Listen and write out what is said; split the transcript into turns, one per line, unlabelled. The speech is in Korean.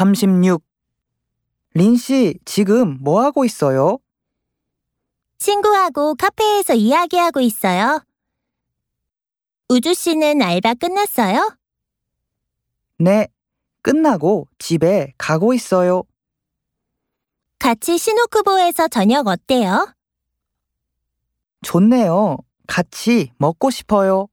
36. 린 씨, 지금 뭐 하고 있어요?
친구하고 카페에서 이야기하고 있어요. 우주 씨는 알바 끝났어요?
네, 끝나고 집에 가고 있어요.
같이 시노쿠보에서 저녁 어때요?
좋네요. 같이 먹고 싶어요.